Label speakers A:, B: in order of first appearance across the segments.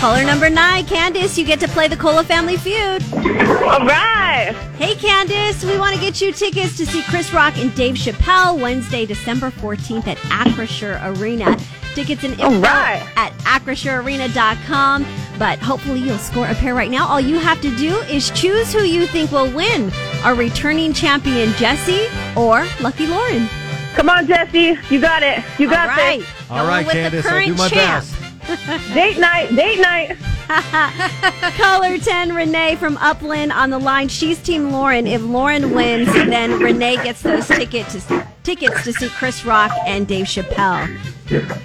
A: Caller number nine, Candice, you get to play the Cola Family Feud.
B: All right.
A: Hey, Candice, we want to get you tickets to see Chris Rock and Dave Chappelle Wednesday, December 14th at Acrisure Arena. Tickets and info
B: All right.
A: at acrissurearena.com. But hopefully you'll score a pair right now. All you have to do is choose who you think will win. Our returning champion, Jesse, or Lucky Lauren.
B: Come on, Jesse. You got it. You got
A: All right.
B: this.
A: Going
C: All right,
A: with the
C: Candice, I'll
A: current
C: do my
A: champ.
C: best.
B: Date night. Date night.
A: Caller 10, Renee from Upland on the line. She's Team Lauren. If Lauren wins, then Renee gets those ticket to, tickets to see Chris Rock and Dave Chappelle.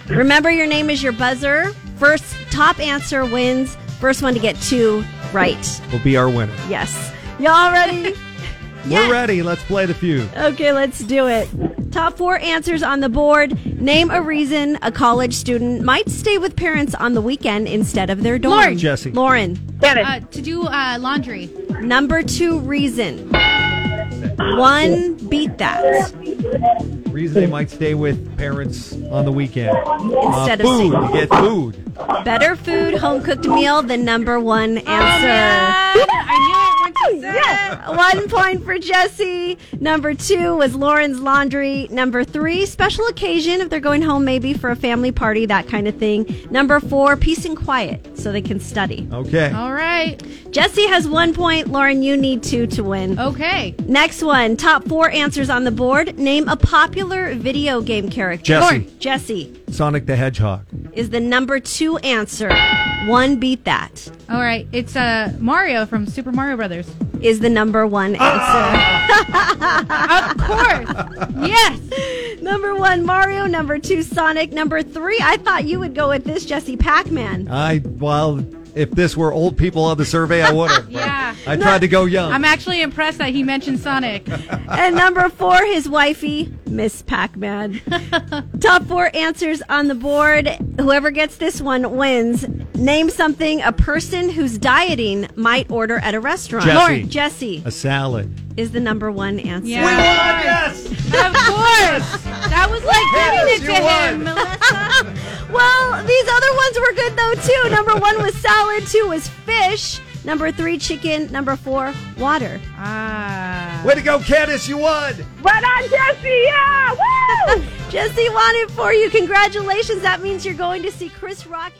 A: Remember, your name is your buzzer. First top answer wins. First one to get two right.
C: Will be our winner.
A: Yes. Y'all ready?
C: We're ready. Let's play the feud.
A: Okay, let's do it. Top four answers on the board. Name a reason a college student might stay with parents on the weekend instead of their dorm.
D: Lauren.
C: Jesse.
A: Lauren.
B: Dennis.
D: Uh, to do uh, laundry.
A: Number two reason. One, beat that.
C: Reason they might stay with parents on the weekend. Uh,
A: Instead of
C: food.
A: seeing-
C: You get food.
A: Better food, home cooked meal, the number one
D: Oh,
A: answer.
D: man. I knew it once you said it.
A: One point for Jesse. Number two was Lauren's laundry. Number three, special occasion if they're going home maybe for a family party, that kind of thing. Number four, peace and quiet so they can study.
C: Okay.
D: All right.
A: Jesse has one point. Lauren, you need two to win.
D: Okay.
A: Next one, top four answers on the board. Name a popular video game character.
C: Jesse.
A: Lauren. Jesse.
C: Sonic the Hedgehog.
A: is the number two answer. One beat that
D: All right. It's uh, Mario from Super Mario Brothers.
A: is the number one
C: Ah!
A: answer.
D: Of course. yes.
A: number one, Mario. Number two, Sonic. Number three, I thought you would go with this, Jesse Pac Man.
C: I well, if this were old people on the survey, I would have.
D: Yeah.
C: I tried to go young.
D: I'm actually impressed that he mentioned Sonic.
A: and number four, his wifey, Miss Pac Man. Top four answers on the board. Whoever gets this one wins. Name something a person who's dieting might order at a restaurant.
C: Jesse.
A: Lauren, Jesse
C: a salad.
A: is the number one answer.
D: Yeah. Of course. That was like
C: Yes,
D: giving it
C: you
D: to him.
C: won.
D: Melissa.
A: Well, these other ones were good though too. Number one was salad, two was fish, number three chicken, number four water.
D: Ah.
C: Way to go, Candice! You won.
B: Right on, Jesse. Yeah. Woo.
A: Jesse wanted for you. Congratulations. That means you're going to see Chris Rock.